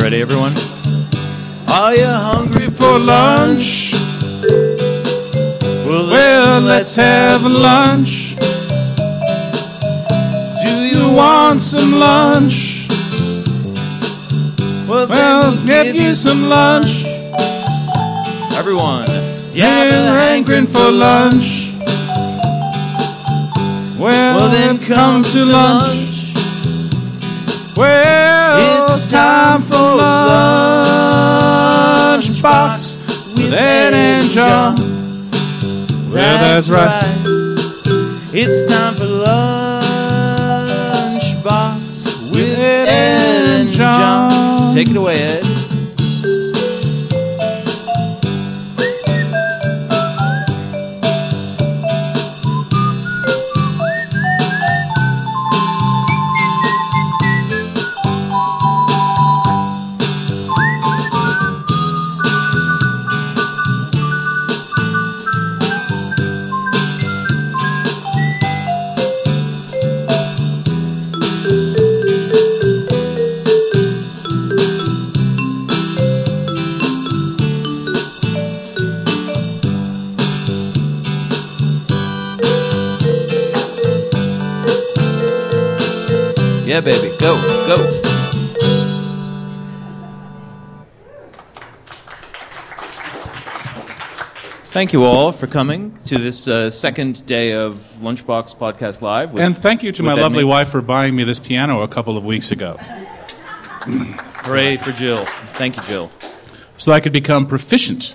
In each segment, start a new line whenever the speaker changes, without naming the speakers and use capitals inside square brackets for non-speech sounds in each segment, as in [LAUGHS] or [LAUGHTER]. Ready, everyone?
Are you hungry for lunch? Well,
Well, let's have lunch.
Do
You
you
want some lunch?
Well, then
Well, get you some lunch.
Everyone.
Yeah,
but-
hankering for lunch. Well,
Well, then come to lunch.
Well,
It's time for lunch
box.
box with
Ed and John. Yeah, that's right.
It's time for lunch box with
Ed
Ed
and
and John.
Take it away, Ed. Yeah, baby. Go, go. Thank you all for coming to this uh, second day of Lunchbox Podcast Live. With,
And thank you to
with
my
Ed
lovely
Meek.
wife for buying me this piano a couple of weeks ago
Hooray for Jill. Thank you, Jill.
so I could become proficient,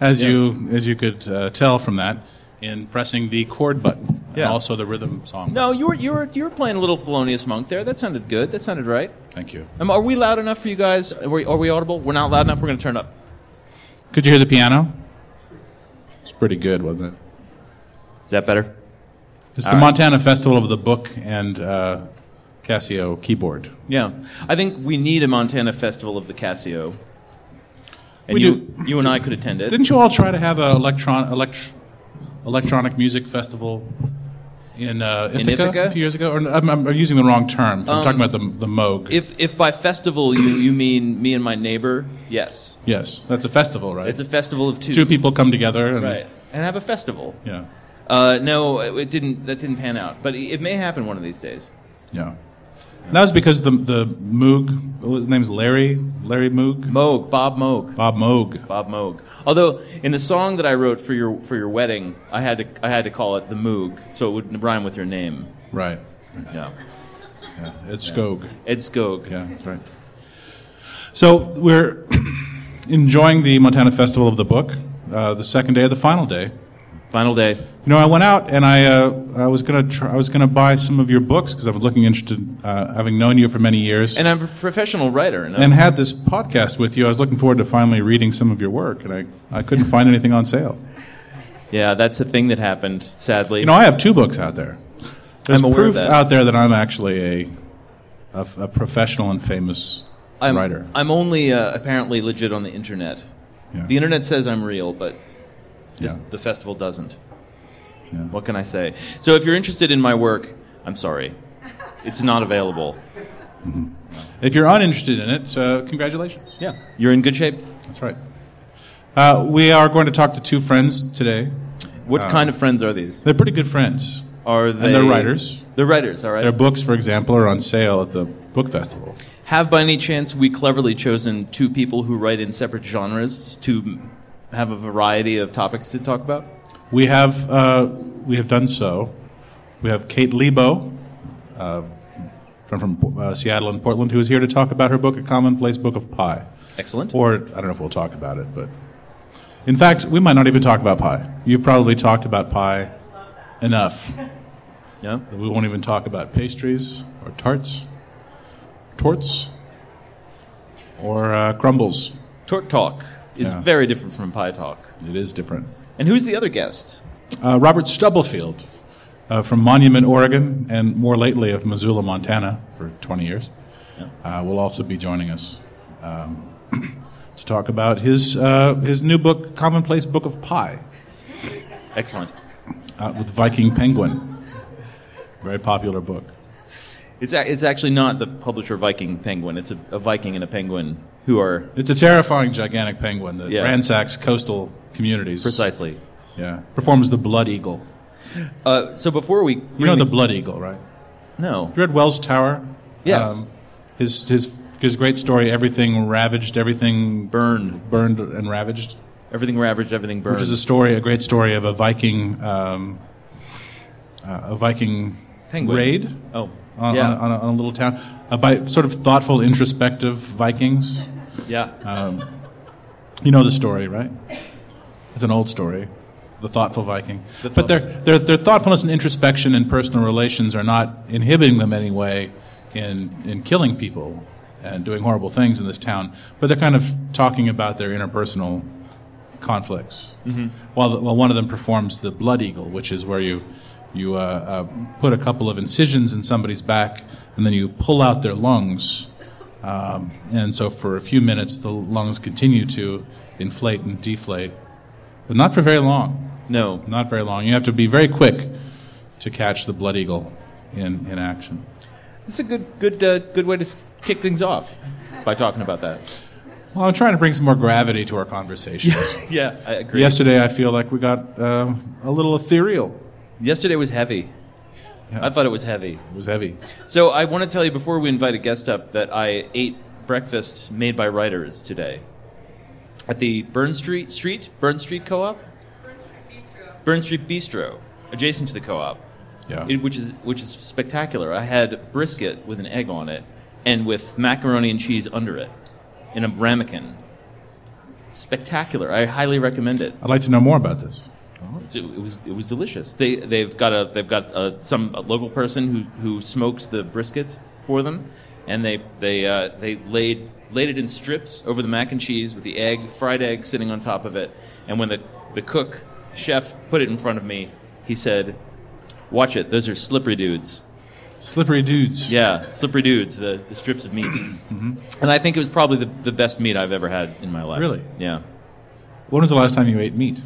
as, you, as you could uh, tell from that, in pressing the chord button
Yeah.
and also the rhythm song.
No, you were you were you were playing a little Thelonious Monk there. That sounded good. That sounded right.
Thank you.
Um, are we loud enough for you guys? Are we, are we audible? We're not loud enough. We're going to turn up.
Could you hear the piano? It's pretty good, wasn't it?
Is that better?
It's the Montana Festival of the Book and uh, Casio keyboard.
Yeah, I think we need a Montana festival of the Casio. And
We
you,
do.
you and I could attend it.
Didn't you all try to have an electron, elect, electronic music festival in, uh, Ithaca,
Ithaca? Um,
a few years ago? Or, I'm, I'm using the wrong term. So I'm talking about the, the Moog.
if if by festival you, you mean me and my neighbor, yes,
yes, that's a festival, right?
it's a festival of two,
Two people come together. And,
right? And have a festival.
Yeah.
Uh, no, it, it didn't. That didn't pan out, but it, it may happen one of these days.
Yeah. That was because the, the Moog, well, his name's Larry, Larry Moog?
Moog, Bob Moog.
Bob Moog.
Bob Moog. Although in the song that I wrote for your for your wedding, I had to I had to call it the Moog, so it would rhyme with your name.
Right.
Yeah,
Ed Skog.
Ed Skog.
Yeah, that's right. So we're [CLEARS THROAT] enjoying the Montana Festival of the Book, uh, the second day of the final day.
Final day.
You know, I went out and I, uh, I was gonna try, I was gonna buy some of your books because I was looking interested, uh, having known you for many years,
And I'm a professional writer. And, I'm-
and had this podcast with you. I was looking forward to finally reading some of your work, and I, I couldn't find anything on sale.
yeah, that's a thing that happened. Sadly,
You know, I have two books out there. There's
I'm aware of
proof
that.
out there that I'm actually a, a f- a professional and famous
I'm,
writer.
I'm only uh, apparently legit on the internet.
Yeah.
The internet says I'm real, but this,
Yeah.
the festival doesn't.
Yeah.
What can I say? So if you're interested in my work, I'm sorry, it's not available.
If you're uninterested in it, uh, congratulations.
Yeah, you're in good shape.
That's right. Uh, we are going to talk to two friends today.
What kind of friends are these?
They're pretty good friends.
Are they?
Uh, they're writers.
They're writers. All right.
Their books, for example, are on sale at the book festival.
Have by any chance we cleverly chosen two people who write in separate genres to have a variety of topics to talk about?
We have uh, we have done so. We have Kate Lebo, uh, from, from uh, Seattle and Portland, who is here to talk about her book, A Commonplace Book of Pie.
Excellent.
Or I don't know if we'll talk about it, but in fact, we might not even talk about pie. You've probably talked about pie enough.
Yeah.
that We won't even talk about pastries or tarts, torts, or uh, crumbles.
Tort talk is
Yeah.
very different from pie talk.
It is different.
And who's the other guest?
Uh, Robert Stubblefield uh, from Monument, Oregon, and more lately of Missoula, Montana, for 20 years, uh, will also be joining us um, [CLEARS THROAT] to talk about his, uh, his new book, Commonplace Book of Pie, uh,
Excellent.
out with Viking Penguin. Very popular book.
It's a, it's actually not the publisher Viking Penguin. It's a, a Viking and a penguin who are
It's a terrifying, gigantic penguin that
Yeah.
ransacks coastal communities.
precisely.
Yeah, performs the blood eagle.
Uh, so before we
You know the blood eagle, right?
no
You read Wells Tower? um,
Yes.
his his his great story. Everything ravaged. Everything
burned
burned and ravaged.
everything ravaged everything burned.
Which is a story, a great story of a Viking, um, uh, a Viking
Penguin.
raid
oh
on,
yeah
on, a, on, a, on a little town uh, by sort of thoughtful, introspective Vikings.
yeah
Uh, You know the story, right? It's an old story, the thoughtful Viking. but their, their, their thoughtfulness and introspection and personal relations are not inhibiting them in any way in, in killing people and doing horrible things in this town. But they're kind of talking about their interpersonal conflicts. Mm-hmm. While, the- while one of them performs the blood eagle, which is where you, you uh, uh, put a couple of incisions in somebody's back and then you pull out their lungs. Um, and so for a few minutes, the lungs continue to inflate and deflate, but not for very long.
no
Not very long. You have to be very quick to catch the blood eagle in, in action.
it's a good good uh, good way to s- kick things off by talking about
[LAUGHS]
that.
Well, I'm trying to bring some more gravity to our
[LAUGHS]
conversation.
Yeah, I agree.
Yesterday, I feel like we got um, a little ethereal.
Yesterday was heavy. I thought it was heavy.
It was heavy.
So I want to tell you before we invite a guest up that I ate breakfast made by writers today at the Burn Street Street Burn Street Co-op, Burn Street Bistro, adjacent to the co-op,
Yeah.
it, which is which is spectacular. I had brisket with an egg on it and with macaroni and cheese under it in a ramekin. Spectacular. I highly recommend it.
I'd like to know more about this.
It's- It was it was delicious. They they've got a they've got uh some a local person who who smokes the briskets for them, and they they uh, they laid laid it in strips over the mac and cheese with the egg fried egg sitting on top of it, and when the the cook chef put it in front of me, he said, "Watch it. Those are slippery dudes."
Slippery dudes.
Yeah, slippery dudes. The the strips of meat, and I think it was probably the the best meat I've ever had in my life.
Really?
Yeah.
When was the last time you ate meat?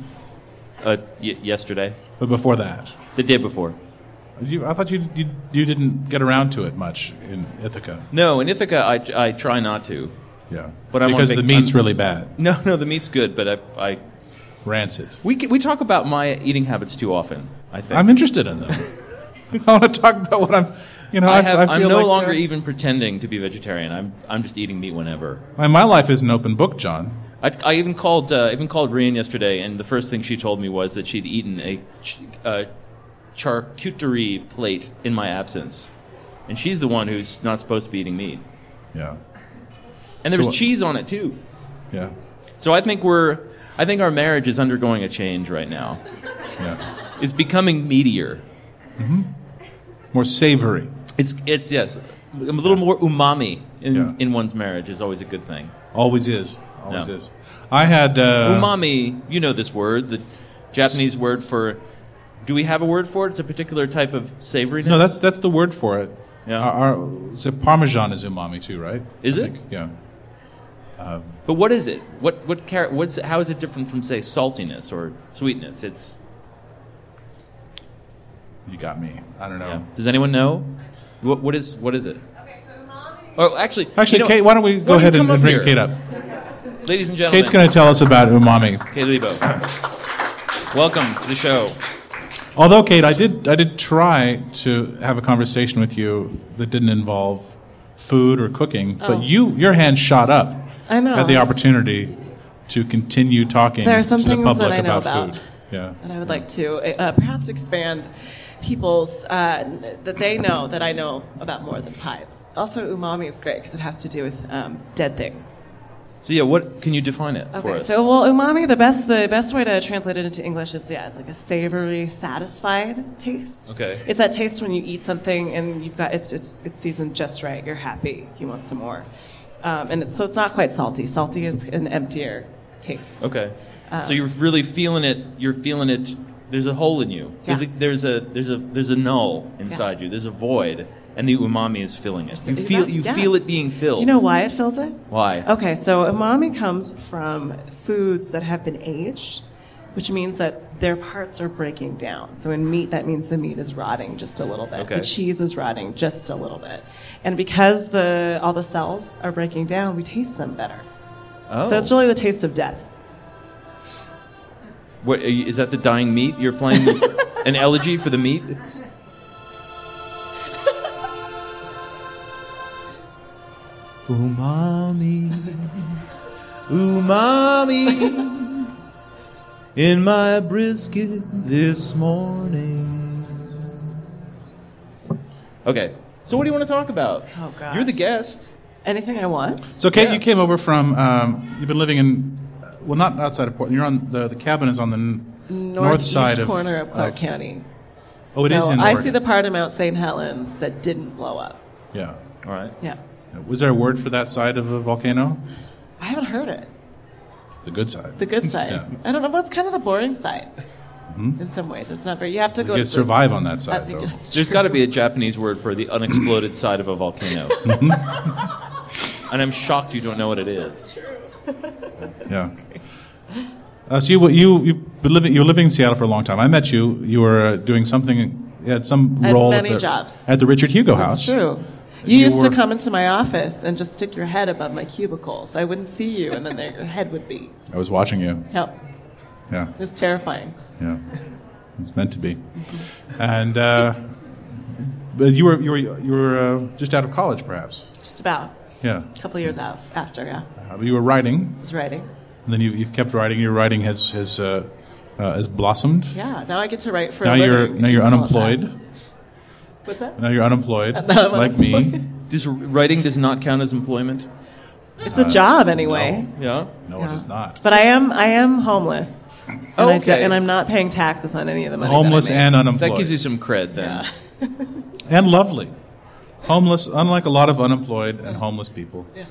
Uh, y- yesterday,
But before that.
the day before.
You, I thought you, you, you didn't get around to it much in Ithaca.
No, in Ithaca, I, I try not to.
Yeah,
But I'm on
because
vac-
the meat's
I'm-
really bad,
No, no, the meat's good, but I, I
rancid.
we, c- we talk about my eating habits too often. I think
I'm interested in them. [LAUGHS] I want to talk about what I'm. You know, I,
I have,
I
I am
feel
no
like,
longer
uh,
even pretending to be vegetarian. I'm, I'm just eating meat whenever.
My, my life is an open book, John.
I, I even called uh, I even called Rian yesterday, and the first thing she told me was that she'd eaten a ch- uh, charcuterie plate in my absence, and she's the one who's not supposed to be eating meat.
Yeah,
And there
So
was
what-
cheese on it too.
yeah,
So I think we're I think our marriage is undergoing a change right now.
yeah.
It's becoming meatier.
More savory.
It's it's yes, a little more umami in
Yeah.
in one's marriage is always a good thing.
Always is. Always
No.
is. I had uh,
umami, you know this word, the Japanese word for. Do we have a word for it? It's a particular type of savoriness.
No, that's that's the word for it.
Yeah.
Our, our, so Parmesan is umami too, right?
Is
I
it?
think, yeah.
But what is it? What what char- what's how is it different from say saltiness or sweetness? It's
You got me. I don't know.
yeah. does anyone know? What what is what is it? Oh, actually,
Actually,
you know-
Kate, why don't
why
we go
don't
ahead
you
and,
come up
and bring
here?
Kate up?
Ladies and gentlemen,
Kate's going to tell us about umami.
Kate Lebo. Welcome to the show.
Although Kate, I did I did try to have a conversation with you that didn't involve food or cooking,
Oh.
but you your hand shot up.
I know.
Had the opportunity to continue talking
There are some
to the
things that
public
I know
about,
about.
food. Yeah.
And I would like to uh, perhaps expand people's uh, n- that they know that I know about more than pie. Also, umami is great because it has to do with um, dead things.
So yeah, what can you define it for
Okay,
us?
so well, umami. The best the best way to translate it into English is yeah, it's like a savory, satisfied taste.
Okay.
it's that taste when you eat something and you've got it's it's, it's seasoned just right. You're happy. You want some more, um, and it's, so it's not quite salty. Salty is an emptier taste.
Okay.
Uh,
so you're really feeling it. You're feeling it. There's a hole in you. There's, a,
Yeah.
there's a there's a there's a null inside you. There's a void, and the umami is filling it. You
Is
feel
that-
you
yes.
feel it being filled.
Do you know why it fills it?
why?
Okay, so umami comes from foods that have been aged which means that their parts are breaking down. So in meat, that means the meat is rotting just a little bit.
Okay.
The cheese is rotting just a little bit. And because the, all the cells are breaking down, we taste them better.
Oh.
So it's really the taste of death.
What, are you- is that the dying meat? You're
[LAUGHS]
playing an elegy for the meat?
Umami, umami in my brisket this morning.
Okay. So what do you want to talk about?
Oh, gosh.
You're the guest.
Anything I want?
It's okay.
Yeah.
You came over from. Um, you've been living in, uh, well, not outside of Portland. You're on the the cabin is on the n- north
Northeast
side of
corner of Clark
of-
County.
Oh, it
so
is in.
I
Oregon.
see the part of Mount St. Helens that didn't blow up.
Yeah.
All right.
Yeah.
Was there a word for that side of a volcano?
I haven't heard it.
The good side.
The good side.
Yeah. Mm-hmm.
I don't know. Well, it's kind of the boring side. In some ways, it's not very. You have to
You
go
could
to the- [LAUGHS]
survive on that
I
side
think
though.
it's
There's
true.
got to be a Japanese word for the unexploded side of a volcano. and I'm shocked you don't know what it is.
Yeah. Uh, so you you you've been living you were living in Seattle for a long time. I met you. You were uh, doing something. You had some
I had
role
many
at the
jobs.
at the Richard Hugo
That's
House.
true. You,
You
used
were-
to come into my office and just stick your head above my cubicle, so I wouldn't see you, and then there, your head would be.
I was watching you.
Help!
Yeah.
It's terrifying.
Yeah, it's meant to be. And uh, but you were you were you were uh, just out of college, perhaps.
Just about
Yeah,
a couple years
Mm-hmm.
out after. Yeah,
uh, but you were writing,
I was writing.
and then you, you've kept writing. Your writing has has uh, uh, has blossomed.
Yeah. Now I get to write for.
now
a living,
you're
if
now
you
you're
call it that.
unemployed.
What's that?
Now you're unemployed,
[LAUGHS] Now I'm
like me.
Does, writing does not count as employment.
It's a job anyway.
Yeah.
Uh, No,
Yeah.
it is not.
But I am I am homeless. And, I do,
Okay.
and I'm not paying taxes on any of the money. that I
Homeless
make.
and unemployed.
That gives you some cred then.
and lovely. Homeless, unlike a lot of unemployed and homeless people.
Yeah.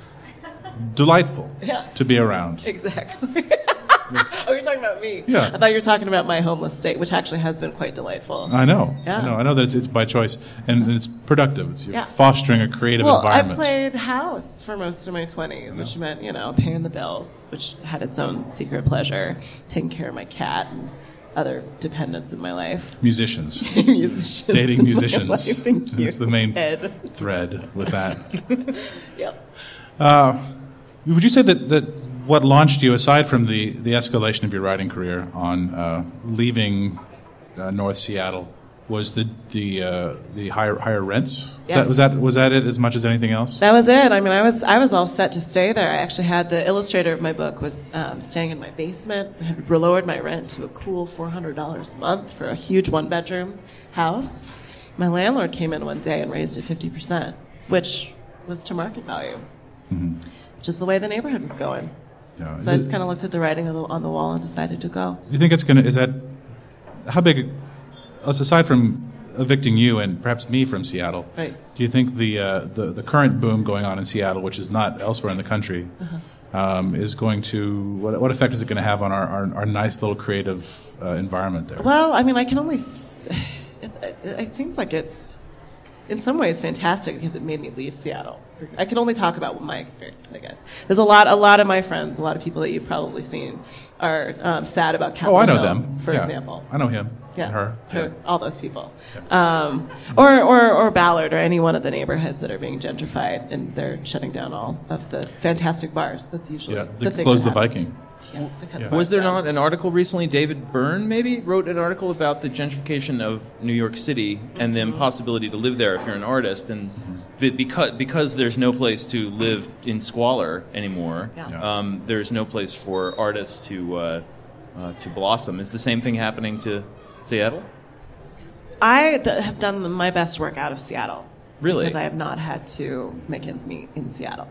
Delightful
[LAUGHS] Yeah.
to be around.
Exactly. [LAUGHS] oh, you're talking about me.
Yeah.
I thought you were talking about my homeless state, which actually has been quite delightful.
I know.
Yeah.
I know. I know that it's, it's by choice and, and it's productive. It's, you're
Yeah.
fostering a creative
well, I
environment.
played house for most of my 20s, which meant, you know, paying the bills, which had its own secret pleasure, taking care of my cat and other dependents in my life. [LAUGHS]
musicians,
musicians. in
dating
my
musicians.
life. Thank you.
That's the main
Ed.
thread with that.
Yep.
Would you say that, that what launched you, aside from the, the escalation of your writing career on uh, leaving uh, North Seattle, was the the uh, the higher higher rents? Was, that, was
Yes.
that was that it as much as anything else?
That was it. I mean, I was I was all set to stay there. I actually had the illustrator of my book was um, staying in my basement. I had lowered my rent to a cool four hundred dollars a month for a huge one bedroom house. My landlord came in one day and raised it fifty percent, which was to market value, which is the way the neighborhood was going.
Yeah.
So I
Is
just
it-
kind of looked at the writing on the, on the wall and decided to go.
you think it's gonna? Is that how big? Us aside from evicting you and perhaps me from Seattle,
Right.
do you think the, uh, the the current boom going on in Seattle, which is not elsewhere in the country,
Uh-huh.
um, is going to what, what effect is it going to have on our, our, our nice little creative uh, environment there?
Well, I mean, I can only. S- [SIGHS] it, it, it seems like it's, in some ways, fantastic because it made me leave Seattle. For ex- I can only talk about my experience, I guess. There's a lot, a lot of my friends, a lot of people that you've probably seen, are um, sad about Capitol
oh, I know
Hill,
them.
for
Yeah.
example.
I know him.
Yeah,
her.
her, all those people, um, or, or or Ballard, or any one of the neighborhoods that are being gentrified, and they're shutting down all of the fantastic bars. That's usually
Yeah,
the
they
thing
closed the
that happens.
Viking.
Yeah, they cut the
Yeah.
bars
Was there
down.
not an article recently? David Byrne maybe wrote an article about the gentrification of New York City and the impossibility to live there if you're an artist, and because because there's no place to live in squalor anymore.
Yeah.
Yeah.
Um, there's no place for artists to uh, uh, to blossom. Is the same thing happening to Seattle?
I th- have done the- my best work out of Seattle.
Really?
Because I have not had to make ends meet in Seattle.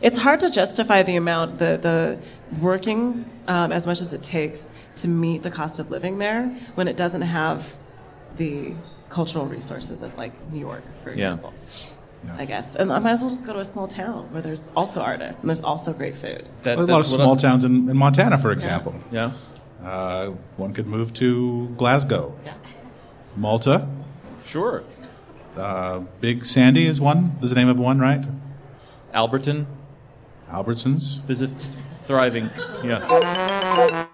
It's hard to justify the amount, the, the working um, as much as it takes to meet the cost of living there when it doesn't have the cultural resources of like New York, for
Yeah.
example.
Yeah.
I guess. And I might as well just go to a small town where there's also artists and there's also great food.
That,
a lot of
that's what I-
small towns in, in Montana, for example.
Yeah.
Uh, one could move to Glasgow,
Yeah.
Malta.
Sure.
Uh, Big Sandy is one. Is the name of one, right?
Alberton.
Albertsons. [LAUGHS]
There's a th- thriving. Yeah.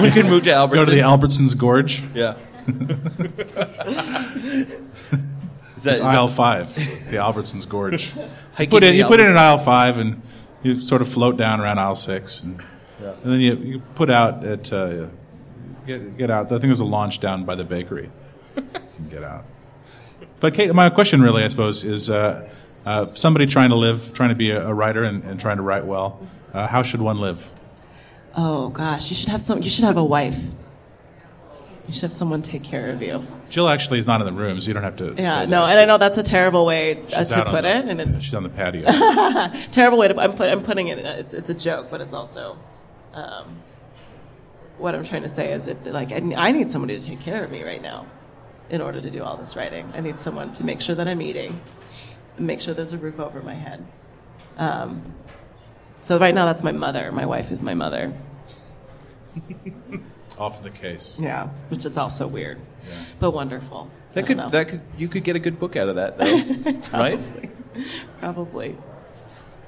We could move to Albertsons.
Go to the Albertsons Gorge. [LAUGHS]
Yeah. is that,
It's
is
aisle
that
five. It's the
[LAUGHS]
Albertsons Gorge. You
hiking
put
to
it.
the
You put it
Albertsons?
in aisle five, and you sort of float down around aisle six, and, and then you, you put out at uh, get get out. I think there's a launch down by
[LAUGHS]
the bakery. you can get out. But Kate, my question really, I suppose, is uh, uh, somebody trying to live, trying to be a, a writer, and, and trying to write well. Uh, how should one live?
Oh gosh, you should have some. You should have a wife. You should have someone take care of you.
Jill actually is not in the room, so you don't have to.
Yeah,
say
no,
that.
and I know that's a terrible way uh,
She's
to
out on
put
the-
it, and
yeah,
it's
she's on the patio.
[LAUGHS] terrible way to. I'm, put, I'm putting it. in a- It's, it's a joke, but it's also. Um, what I'm trying to say is, it like I, ne- I need somebody to take care of me right now, in order to do all this writing. I need someone to make sure that I'm eating, and make sure there's a roof over my head. Um, so right now, that's my mother. My wife is my mother.
Often the case.
Yeah, which is also weird, but wonderful. I
That
don't
could
know.
that could you could get a good book out of that
[LAUGHS]
though, right?
Probably.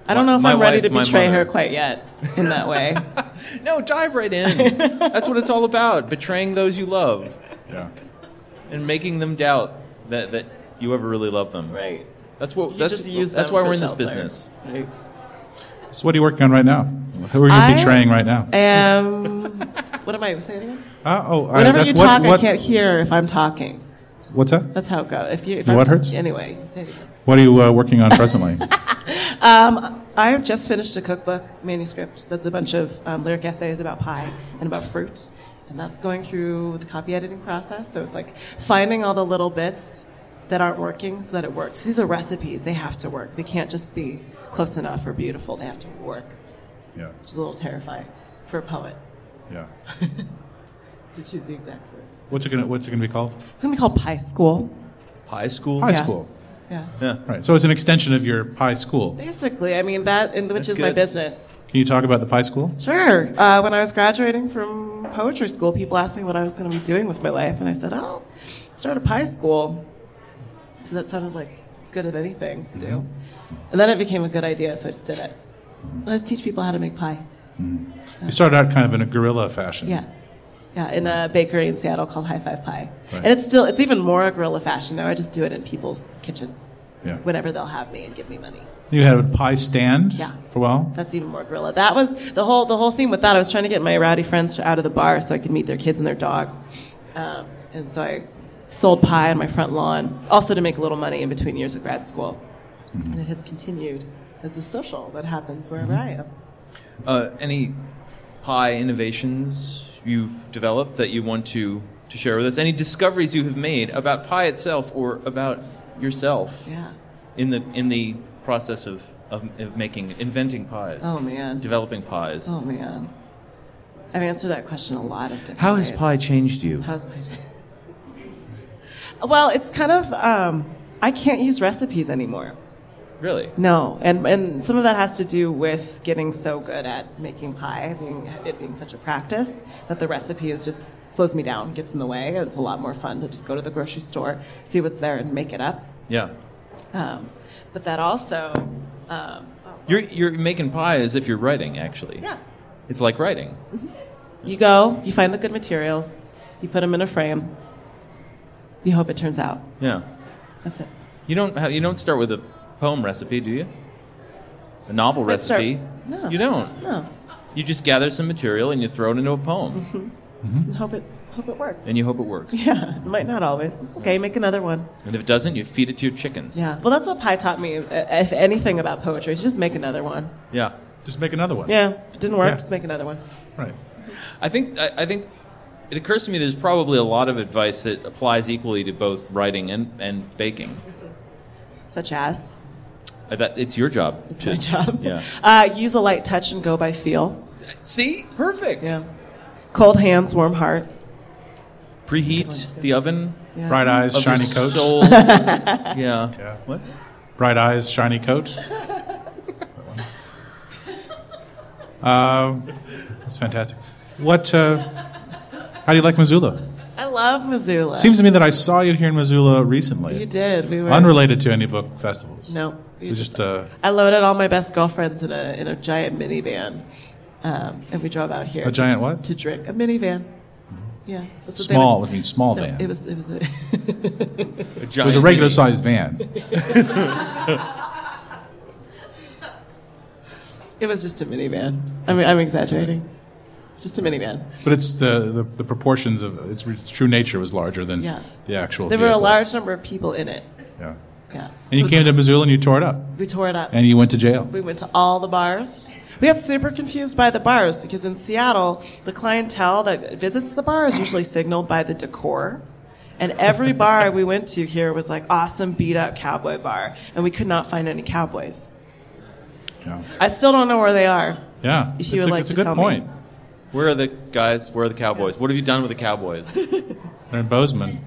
I don't know if
My
I'm ready
wife,
to
my
betray her
mother.
quite yet in that way.
No, dive right in. That's what it's all about: betraying those you love
Yeah.
and making them doubt that that you ever really love them.
[LAUGHS] right.
That's what.
You
that's
just use
that's
them
why
for
we're in this
shelter.
business.
Right.
So what are you working on right now? Who are you
I-
betraying right now?
[LAUGHS] Um, what am I saying? again?
Uh, oh, I was
Whenever
asked
you
what-
talk,
what-
I can't hear if I'm talking.
What's that?
That's how it goes. If you, if
Your
I'm,
what hurts?
Anyway, you say it again.
What are you uh, working on
[LAUGHS]
presently?
I have just finished a cookbook manuscript that's a bunch of um, lyric essays about pie and about fruit, and that's going through the copy editing process. So it's like finding all the little bits that aren't working so that it works. These are recipes; they have to work. They can't just be close enough or beautiful. They have to work,
yeah,
which is a little terrifying for a poet
yeah.
to choose the exact word.
What's it gonna What's it gonna be called?
It's gonna be called Pie School.
High school.
High
Yeah.
school.
Yeah.
Right. So it's an extension of your pie school.
Basically, I mean that, and which
That's
is my
good.
business.
Can you talk about the pie school?
Sure. Uh, when I was graduating from poetry school, people asked me what I was going to be doing with my life, and I said, "Oh, start a pie school." So that sounded like as good at anything to do. And then it became a good idea, so I just did it. I just teach people how to make pie.
You started out kind of in a guerrilla fashion.
Yeah, yeah, in a bakery in Seattle called High Five Pie,
Right.
and it's still it's even more a guerrilla fashion now. I just do it in people's kitchens
Yeah.
whenever they'll have me and give me money.
You had a pie stand.
Yeah.
For a while.
That's even more gorilla. That was the whole the whole thing with that. I was trying to get my rowdy friends out of the bar so I could meet their kids and their dogs, um, and so I sold pie on my front lawn, also to make a little money in between years of grad school,
Mm-hmm.
and it has continued as the social that happens wherever I am.
Uh, any pie innovations you've developed that you want to, to share with us? Any discoveries you have made about pie itself or about yourself
Yeah.
in the in the process of, of, of making inventing pies,
Oh man.
developing pies?
Oh man. I've answered that question a lot of different
How has
ways.
pie changed you?
How's my [LAUGHS] Well, it's kind of um, I can't use recipes anymore.
Really?
No, and and some of that has to do with getting so good at making pie, being it being such a practice that the recipe is just slows me down, gets in the way. and It's a lot more fun to just go to the grocery store, see what's there, and make it up.
Yeah.
Um, but that also, um,
You're you're making pie as if you're writing actually.
yeah,
It's like writing.
you go, you find the good materials, you put them in a frame, you hope it turns out.
Yeah.
That's it.
You don't ha- you don't start with a poem recipe, do you? A novel
I start-
recipe.
no.
You don't.
No,
You just gather some material and you throw it into a
[LAUGHS]
poem
and hope it hope it works.
and you hope it works.
yeah, [LAUGHS] it might not always. It's okay. Make another one.
And if it doesn't, you feed it to your chickens.
Yeah. Well, that's what Pi taught me, uh, if anything, about poetry. Is just make another one.
Yeah.
Just make another one.
Yeah. If it didn't work,
Yeah.
just make another one.
Right.
I think I, I think it occurs to me there's probably a lot of advice that applies equally to both writing and, and baking.
Such as,
Uh, That it's your job.
it's
to-
my job.
Yeah.
[LAUGHS] Uh, use a light touch and go by feel.
See, perfect.
Yeah. Cold hands, warm heart.
Preheat the oven.
Yeah.
Bright eyes,
of your
shiny coat.
[LAUGHS]
soul. yeah.
Yeah.
What?
Bright eyes, shiny coat. Um, that's fantastic. What? Uh, how do you like Missoula?
I love Missoula.
Seems to me that I saw you here in Missoula recently.
you did. We were
Unrelated to any book festivals.
No. we
It was
just-
just uh,
I loaded all my best girlfriends in a in a giant minivan, um, and we drove out here
A giant what?
to drink a minivan. Yeah, that's what they
Small,
were-
I mean, small
No,
van.
It was. It was a
A
[LAUGHS]
It was
giant
a
meeting.
regular sized van.
it was just a minivan. I mean, I'm exaggerating. It's Just a minivan.
But it's the, the, the proportions of its, its true nature was larger than
Yeah.
the actual.
There were a
vehicle.
large number of people in it.
Yeah.
Yeah.
And you came to Missoula and you tore it up,
We tore it up.
and you went to jail.
We went to all the bars. We got super confused by the bars because in Seattle, the clientele that visits the bar is usually signaled by the decor. And
[LAUGHS]
every bar we went to here was like awesome beat up cowboy bar, and we could not find any cowboys.
Yeah,
I still don't know where they are.
yeah.
If
It's
you would
a,
like
it's a
to
good
tell me.
point.
Where are the guys? Where are the cowboys? What have you done with the
[LAUGHS]
cowboys?
They're in Bozeman.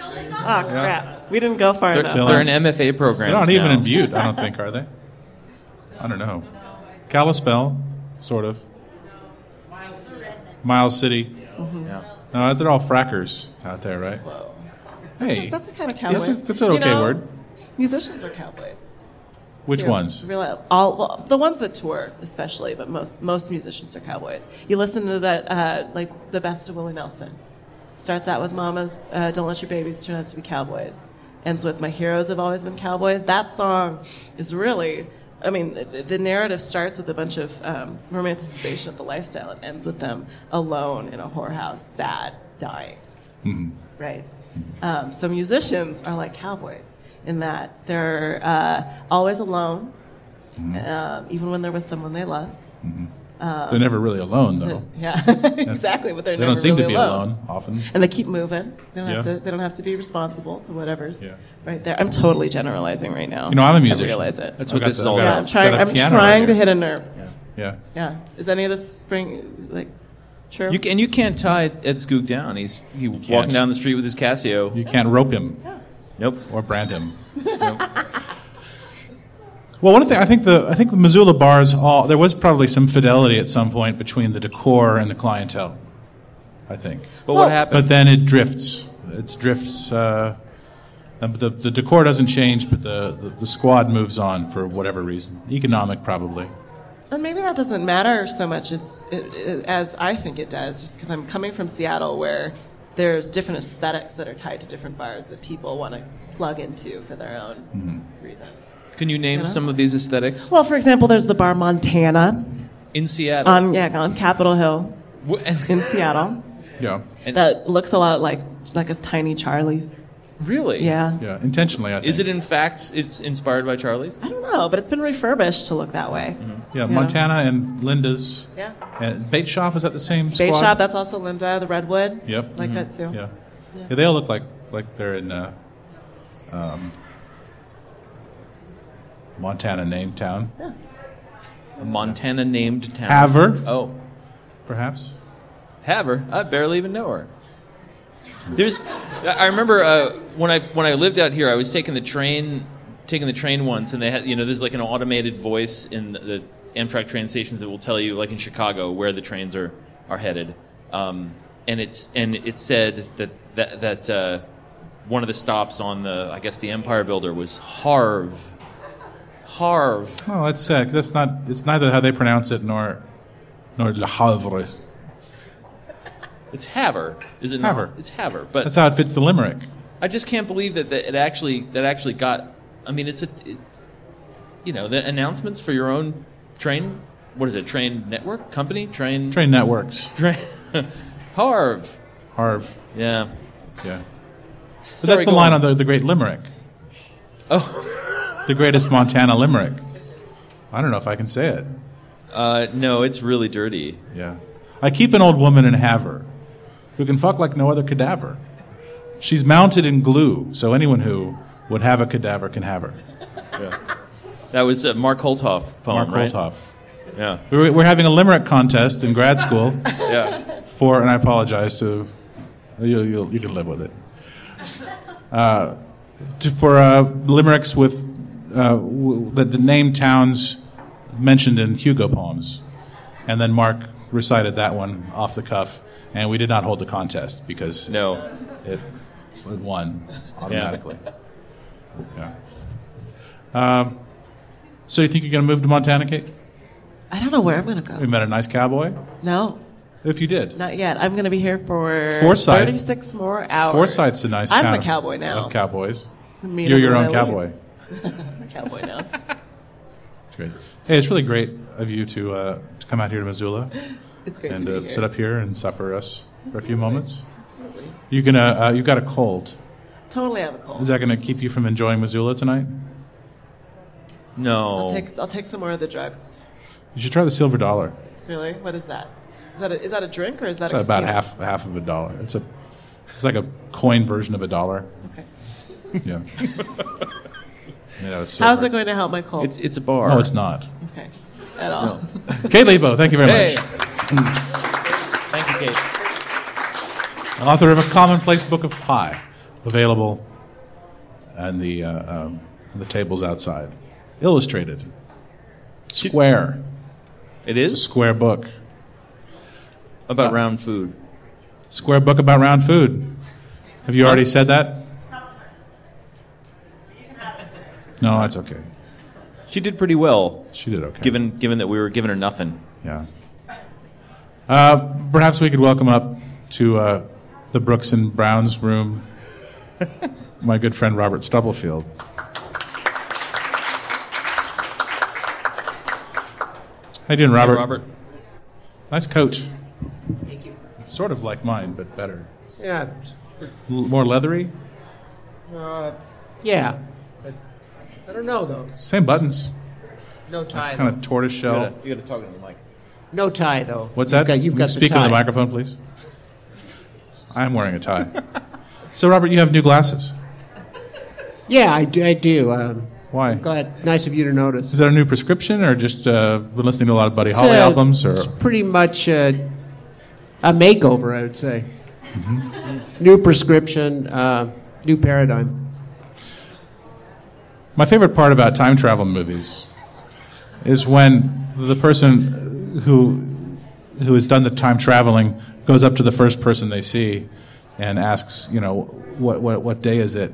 Oh crap! We didn't go far
They're,
enough.
they're in MFA
They're
programs.
not even
now.
in Butte, I don't think, are they? I don't know. Kalispell, sort of. Miles City.
Yeah.
No, they're all frackers out there, right? Hey,
That's a kind of cowboy.
It's a- it's an
You
okay
know,
word.
Musicians are cowboys.
which
too.
ones?
Real- all well, the ones that tour, especially, but most most musicians are cowboys. You listen to that, uh, like the best of Willie Nelson. Starts out with "Mamas, uh, don't let your babies turn out to be cowboys." Ends with "My heroes have always been cowboys." That song is really, I mean, the, the narrative starts with a bunch of um, romanticization of the lifestyle. It ends with them alone in a whorehouse, sad, dying. Right. Um, so musicians are like cowboys in that they're uh, always alone,
Mm-hmm.
um, even when they're with someone they love.
they're never really alone, though.
[LAUGHS] Yeah, exactly. But they're
They
Uh, never
don't seem
really
to be alone, often.
And they keep moving. They don't have
Yeah.
to. They don't have to be responsible to whatever's
Yeah.
right there. I'm totally generalizing right now.
You know, I'm a
I
musician.
realize it.
That's
I've
what
got
this
the-
is all
I've
yeah,
got a-
I'm trying.
got a
I'm
piano
trying
right
to
here.
hit a nerve.
Yeah.
Yeah. Is any of this spring like chirp?
You can, and you can't tie Ed Skoog down. He's he walking down the street with his Casio.
You can't rope him.
Nope.
or brand him. well, one thing I think the I think the Missoula bars all there was probably some fidelity at some point between the decor and the clientele. I think,
But what happened?
but then it drifts. It drifts. Uh, um, the, the decor doesn't change, but the, the, the squad moves on for whatever reason. Economic, probably.
And maybe that doesn't matter so much as, as I think it does, just because I'm coming from Seattle where there's different aesthetics that are tied to different bars that people want to plug into for their own reasons.
Can you name some of these aesthetics
Well, for example, there's the bar Montana
in Seattle?
on yeah on Capitol Hill
Wh- [LAUGHS] and-
in Seattle
Yeah,
that looks a lot like like a tiny Charlie's.
really?
Yeah.
yeah. Intentionally, I think.
Is it in fact it's inspired by Charlie's?
I don't know, but it's been refurbished to look that way.
yeah, Montana and Linda's.
Yeah.
And Bait Shop is that the same?
Bait
squad?
Shop, that's also Linda, the Redwood.
Yep.
Like that too.
Yeah. yeah. they all look like like they're in uh, um, Montana name town.
A Montana named town.
Haver,
Oh,
perhaps.
Haver. I barely even know her. There's. I remember uh, when I when I lived out here, I was taking the train, taking the train once, and they had you know there's like an automated voice in the, the Amtrak train stations that will tell you like in Chicago where the trains are are headed, um, and it's and it said that that that uh, one of the stops on the I guess the Empire Builder was Harv. Harv.
Oh, that's sick. That's not. It's neither how they pronounce it nor nor Le Havre.
It's Haver, is it? not?
Haver.
It's Haver, but
That's how it fits the Limerick.
I just can't believe that, that it actually that actually got. I mean, it's a, it, you know, the announcements for your own train. What is it? Train network company? Train
Train networks.
train. [LAUGHS] Harv.
Harv.
Yeah.
Yeah. So
Sorry,
that's the
go
line
on.
on the, the Great Limerick,
Oh [LAUGHS]
the greatest Montana Limerick. I don't know if I can say it.
uh, no, it's really dirty.
Yeah. I keep an old woman and have her, who can fuck like no other cadaver. She's mounted in glue, so anyone who would have a cadaver can have her.
That was a Mark Holthoff poem,
Mark
right?
Holthoff.
Yeah,
We were, we're having a limerick contest in grad school
yeah.
for, and I apologize to, you, you, you can live with it, uh, to, for uh, limericks with uh, w- that the name towns mentioned in Hugo poems. And then Mark recited that one off the cuff, and we did not hold the contest because
No,
it, it won automatically. Yeah. Um, so you think you're going to move to Montana, Kate?
I don't know where I'm going to
We
go.
met a nice cowboy.
No,
If you did,
not yet. I'm going to be here for
Forsyth.
36 more hours.
Foresight's a nice.
I'm
town
the cowboy now.
Of cowboys.
Me
You're
and
your
the
own
Wiley.
cowboy.
I'm the cowboy now.
[LAUGHS] It's great. Hey, it's really great of you to uh, to come out here to
[LAUGHS]
Missoula
It's great
and
to be
uh,
here.
sit up here and suffer us for a few moments. You gonna uh, you got a cold.
Totally have a cold.
Is that gonna keep you from enjoying Missoula tonight?
No.
I'll take I'll take some more of the drugs.
You should try the silver dollar.
Really? What is that? Is that a, is that a drink or is that
It's
a
about
casino?
half half of a dollar. It's a it's like a coin version of a
[LAUGHS]
dollar.
Okay. [LAUGHS]
Yeah. You know, it's
How's
silver.
it going to help my cold?
It's it's a bar.
No, it's not.
okay. At all.
Kate Lebo, thank you very
Hey.
much.
Thank you, Kate.
Author of a commonplace book of pie, available on the uh, um, on the tables outside. Illustrated. Square.
It
It's a
is
square book.
about round food.
Square book about round food. Have you already said that? No, it's okay.
She did pretty well,
She did okay.
given given that we were giving her nothing.
Yeah. Uh, perhaps we could welcome up to uh, the Brooks and Browns room [LAUGHS] my good friend Robert Stubblefield. How you doing,
Hey,
Robert?
Robert.
Nice coat. Thank you. It's sort of like mine, but better.
Yeah,
L- more leathery.
uh, yeah. But I don't know though.
Same buttons.
No tie.
Kind
Though.
of tortoise
You
shell.
gotta, you gotta talk into the mic.
No tie though.
What's that?
you've Got, you've
Can
got
you speak
the tie.
into the microphone, please. I am wearing a tie. so, Robert, you have new glasses.
Yeah, I do. I do. Um,
Why?
glad. Nice of you to notice.
Is that a new prescription, or just uh, been listening to a lot of Buddy
It's,
Holly
uh,
albums? Or
It's pretty much a, a makeover, I would say.
Mm-hmm.
New prescription, uh, new paradigm.
my favorite part about time travel movies is when the person who who has done the time traveling goes up to the first person they see and asks, you know, what what what day is it?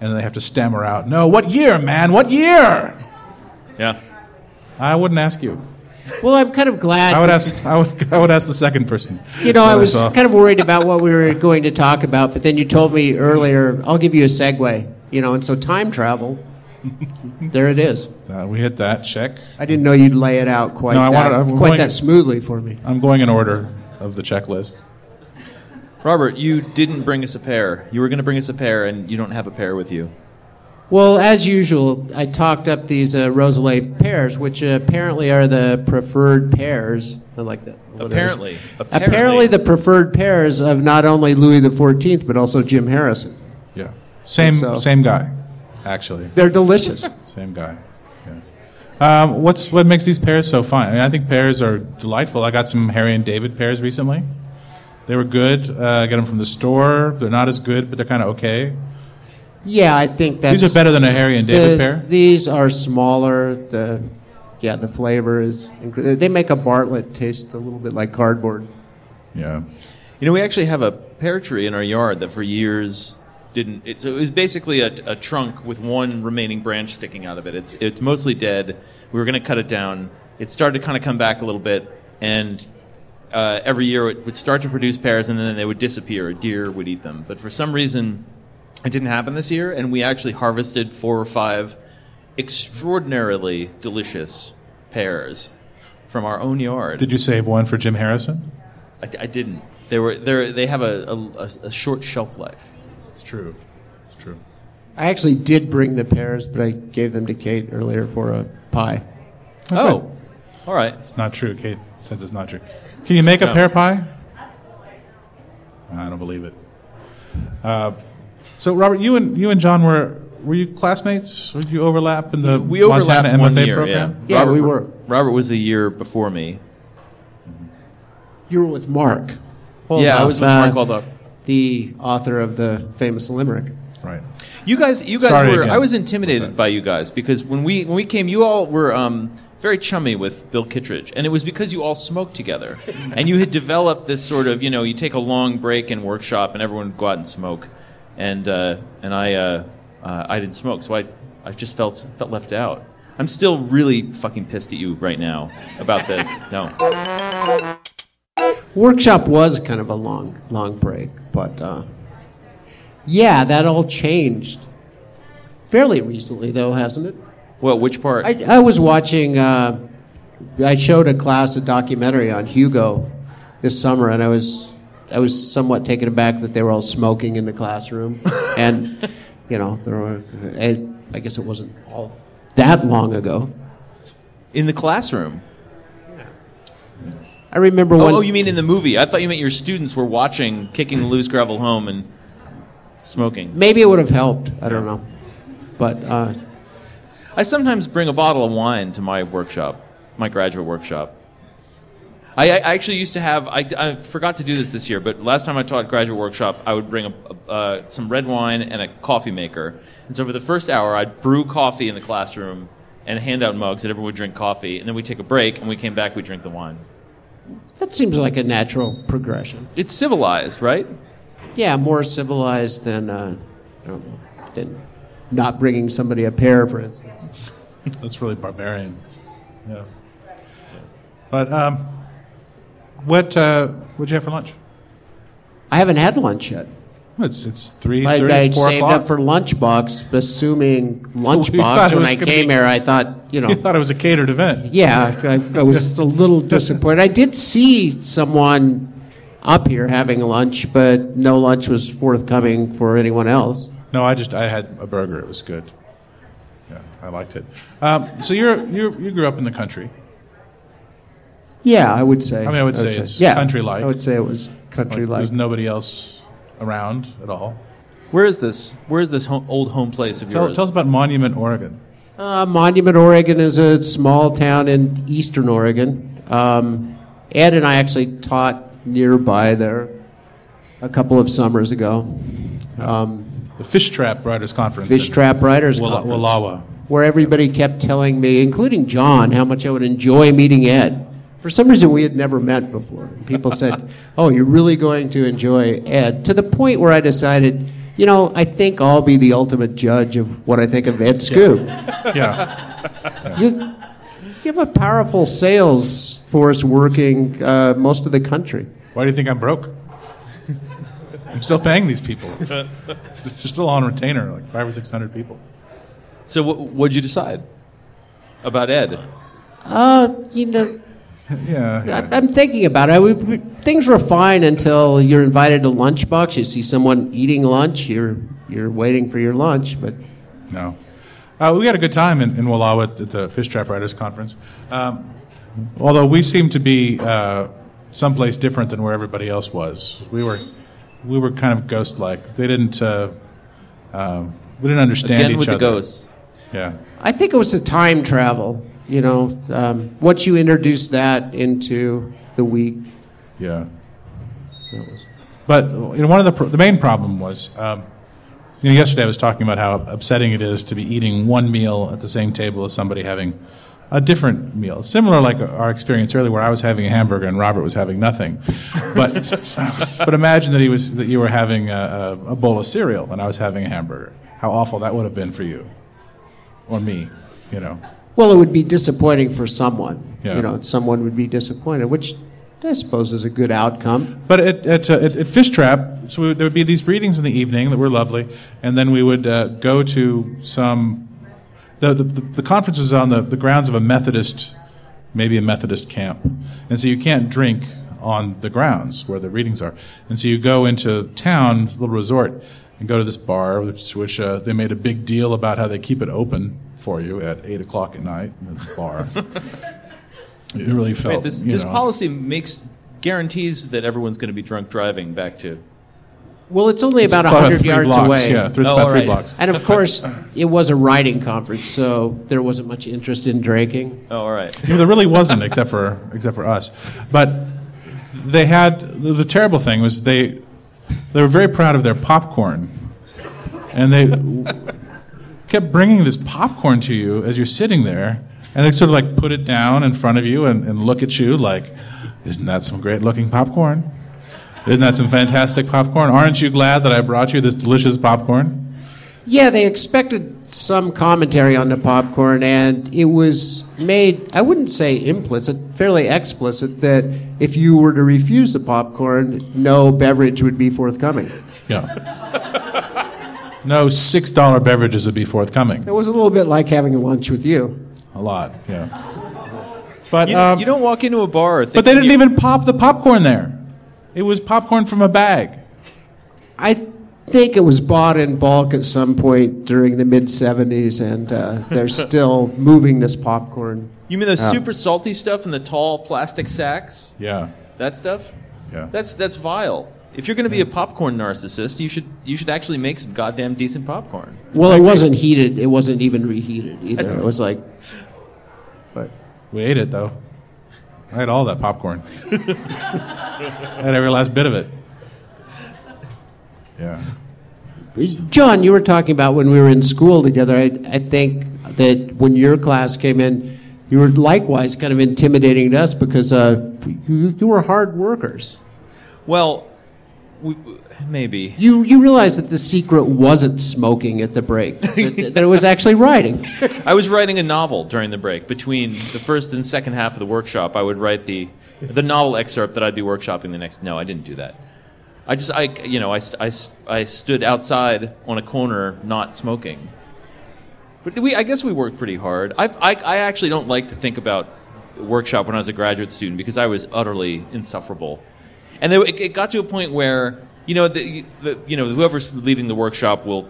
And they have to stammer out, "No, what year, man? What year?"
Yeah.
I wouldn't ask you.
Well, I'm kind of glad.
I would ask. uh, I would. I would ask the second person.
You know,
that
I was
saw.
kind of worried about what we were going to talk about, but then you told me earlier, I'll give you a segue, you know, and so time travel, there it is.
Uh, we hit that check.
I didn't know you'd lay it out quite,
No, I
that,
wanted- I'm
quite
going-
that smoothly for me.
I'm going in order of the checklist.
Robert, you didn't bring us a pair. You were gonna bring us a pair, and you don't have a pair with you.
Well, as usual, I talked up these uh, Rosalie pears, which uh, apparently are the preferred pears. I like that. Whatever.
Apparently.
apparently, the preferred pears of not only Louis XIV but also Jim Harrison.
Yeah. Same
so.
same guy, actually.
They're delicious.
Same guy. Yeah. Um, what's what makes these pears so fun? I mean, I think pears are delightful. I got some Harry and David pears recently. They were good. Uh, I got them from the store. They're not as good, but they're kind of okay.
[LAUGHS] yeah, I think that's
These are better than a Harry and David
the-
pear.
These are smaller. The yeah, the flavor is. incre- They make a Bartlett taste a little bit like cardboard.
Yeah.
You know, we actually have a pear tree in our yard that for years didn't. It, so it was basically a, a trunk with one remaining branch sticking out of it. It's it's mostly dead. We were going to cut it down. It started to kind of come back a little bit, and uh, every year it would start to produce pears, and then they would disappear. A deer would eat them. But for some reason, it didn't happen this year, and we actually harvested four or five extraordinarily delicious pears from our own yard.
Did you save one for Jim Harrison?
I, I didn't. They were they they have a, a, a short shelf life.
It's true. It's true.
I actually did bring the pears, but I gave them to Kate earlier for a pie.
Oh, all right.
It's not true. Kate says it's not true. Can you make a pear pie? I don't believe it. Uh, so, Robert, you and you and John were were you classmates? Or did you overlap in the
We overlapped
Montana
one
MFA
year.
program?
Yeah,
Yeah, we were.
Robert was the year before me.
You were with Mark.
yeah, I was with Mark Waldorf.
Waldorf, uh, the author of the famous limerick.
Right.
You guys, you guys
Sorry
were.
again.
I was intimidated by you guys because when we when we came, you all were um, very chummy with Bill Kittredge, and it was because you all smoked
[LAUGHS]
together, and you had developed this sort of you know you take a long break in workshop, and everyone would go out and smoke, and uh, and I uh, uh, I didn't smoke, so I I just felt felt left out. I'm still really fucking pissed at you right now about this. No.
Workshop was kind of a long, long break, but uh, yeah, that all changed fairly recently, though, hasn't it?
Well, which part?
I, I was watching. Uh, I showed a class a documentary on Hugo this summer, and I was I was somewhat taken aback that they were all smoking in
[LAUGHS]
the classroom, and you know there were. I, I guess it wasn't all that long ago.
in the classroom.
I remember
Oh,
when.
oh, you mean in the movie? I thought you meant your students were watching Kicking the Loose Gravel Home and smoking.
maybe it would have helped. I don't know, but uh,
I sometimes bring a bottle of wine to my workshop, my graduate workshop. I, I I actually used to have, I, I forgot to do this this year, but last time I taught graduate workshop, I would bring a, a, uh, some red wine and a coffee maker. And so for the first hour, I'd brew coffee in the classroom and hand out mugs, and everyone would drink coffee. And then we'd take a break, and we came back, we'd drink the wine.
that seems like a natural progression.
It's civilized, right?
Yeah, more civilized than uh, I don't know, than not bringing somebody a pear, for instance.
That's really barbarian. Yeah. But um, what uh, what'd you have for lunch?
I haven't had lunch yet.
It's it's three
I,
thirty,
I
it's four
saved
o'clock.
up for lunchbox,
[LAUGHS]
assuming
thought
lunchbox.
it
when
was
I
gonna
came
be-
here, I thought,
[LAUGHS]
you
[LAUGHS]
know,
you thought it was a catered event.
yeah, I, I was a little disappointed. I did see someone up here having lunch, but no lunch was forthcoming for anyone else.
No, I just I had a burger. It was good. Yeah, I liked it. Um, so you're you you grew up in the country.
Yeah, I would say. I
mean, I would say it's
yeah,
country-like.
I would say it was country like.
There's nobody else around at all.
Where is this? Where is this ho- old home place of
Tell,
yours?
tell us about Monument, Oregon.
Uh, Monument, Oregon is a small town in eastern Oregon. Um, Ed and I actually taught nearby there a couple of summers ago. Um,
The Fish Trap Writers Conference.
Fish
in
Trap Writers
Walla-
Conference,
Wallawa.
where everybody kept telling me, including John, how much I would enjoy meeting Ed. For some reason, we had never met before. People said,
[LAUGHS]
"Oh, you're really going to enjoy Ed." To the point where I decided, you know, I think I'll be the ultimate judge of what I think of Ed Scoop.
Yeah.
You, you have a powerful sales force working uh, most of the country.
Why do you think I'm broke? I'm still paying these people. They're still on retainer, like five or six hundred people.
So, what what'd you decide about Ed?
Uh, you know,
Yeah. yeah.
I- I'm thinking about it. I would- we, things were fine until you're invited to lunchbox. You see someone eating lunch. You're you're waiting for your lunch, but
No. Uh, we had a good time in, in Wallawa at the Fish Trap Writers Conference. Um, although we seemed to be uh, someplace different than where everybody else was. We were, we were kind of ghost like. They didn't, uh, um, we didn't understand
Again
each
with
other.
the ghosts.
Yeah.
I think it was the time travel. You know, um, once you introduce that into the week,
Yeah. But you know, one of the, pro- the main problem was, um, you know, yesterday I was talking about how upsetting it is to be eating one meal at the same table as somebody having a different meal. Similar like our experience earlier where I was having a hamburger and Robert was having nothing. But, [LAUGHS] but imagine that he was, that you were having a, a, a bowl of cereal and I was having a hamburger. How awful that would have been for you or me, you know.
well, it would be disappointing for someone.
Yeah.
You know, someone would be disappointed, which I suppose is a good outcome.
But at, at, uh, at, at Fish Trap, so we, there would be these readings in the evening that were lovely, and then we would uh, go to some. The, the, the the conference is on the, the grounds of a Methodist, maybe a Methodist camp. And so you can't drink on the grounds where the readings are. And so you go into town, this little resort, and go to this bar, which, which uh, they made a big deal about how they keep it open for you at 8 o'clock at night, the
[LAUGHS]
bar. it really felt.
Wait, this
you
this
know,
policy makes guarantees that everyone's going to be drunk driving back to.
Well, it's only
it's
about
about
100
three
yards
blocks,
away.
Yeah, three,
Oh,
it's about
all
three
right.
blocks.
And of course, it was a writing conference, so there wasn't much interest in drinking.
Oh, all
[LAUGHS]
right.
Yeah, there really wasn't, except for except for us. But they had the, the terrible thing was they they were very proud of their popcorn, and they w- kept bringing this popcorn to you as you're sitting there, and they sort of like put it down in front of you and, and look at you like, isn't that some great looking popcorn? Isn't that some fantastic popcorn? Aren't you glad that I brought you this delicious popcorn?
Yeah, they expected some commentary on the popcorn, and it was made, I wouldn't say implicit, fairly explicit, that if you were to refuse the popcorn, no beverage would be forthcoming.
Yeah. No $6 beverages would be forthcoming.
It was a little bit like having lunch with you.
A lot, yeah. But,
You,
um,
you don't walk into a bar.
but they didn't even pop the popcorn there. It was popcorn from a bag.
I th- think it was bought in bulk at some point during the mid 70s, and uh, they're still moving this popcorn.
You mean the super salty stuff in the tall plastic sacks?
Yeah.
That stuff?
Yeah.
That's that's vile. If you're going to be a popcorn narcissist, you should you should actually make some goddamn decent popcorn.
Well, it wasn't heated, it wasn't even reheated either. It was like, but.
We ate it, though. I ate all
[LAUGHS]
that popcorn. I had every last bit of it. Yeah.
John, you were talking about when we were in school together. I, I think that when your class came in, you were likewise kind of intimidating to us because uh, you, you were hard workers.
Well, we, maybe.
You, you realized that the secret wasn't smoking at the break, that, that it was actually writing.
I was writing a novel during the break between the first and second half of the workshop. I would write the the novel excerpt that I'd be workshopping the next. No, I didn't do that. I just I you know I st- I, st- I stood outside on a corner not smoking. But we I guess we worked pretty hard. I've, I I actually don't like to think about workshop when I was a graduate student because I was utterly insufferable, and there, it, it got to a point where you know the, the you know whoever's leading the workshop will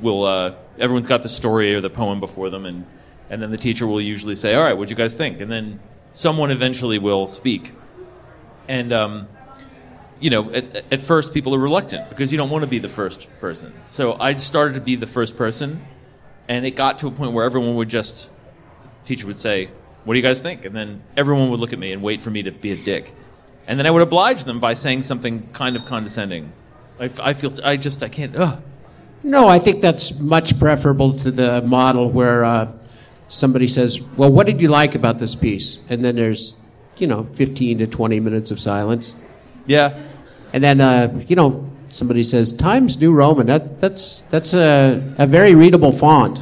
will uh, everyone's got the story or the poem before them, and and then the teacher will usually say, "All right, what'd you guys think?" And then someone eventually will speak, and um, you know, at, at first people are reluctant because you don't want to be the first person. So I started to be the first person, and it got to a point where everyone would just the teacher would say, "What do you guys think?" And then everyone would look at me and wait for me to be a dick, and then I would oblige them by saying something kind of condescending. I, f- I feel I just I can't. Ugh.
No, I think that's much preferable to the model where uh, somebody says, Well, what did you like about this piece? And then there's, you know, 15 to 20 minutes of silence.
Yeah,
And then, uh, you know, somebody says Times New Roman. That, that's that's a, a very readable font.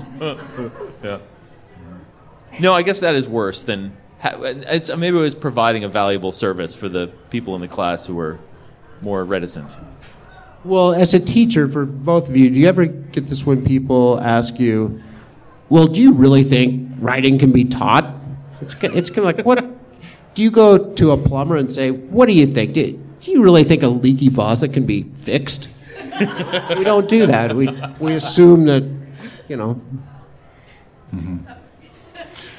No, I guess that is worse than. ha- It's, maybe it was providing a valuable service for the people in the class who were more reticent.
Well, as a teacher, for both of you, do you ever get this when people ask you, "Well, do you really think writing can be taught?" It's ki- it's kind of like what? Do you go to a plumber and say, "What do you think? Do, do you really think a leaky faucet can be fixed?" [LAUGHS] we don't do that. We we assume that, you know.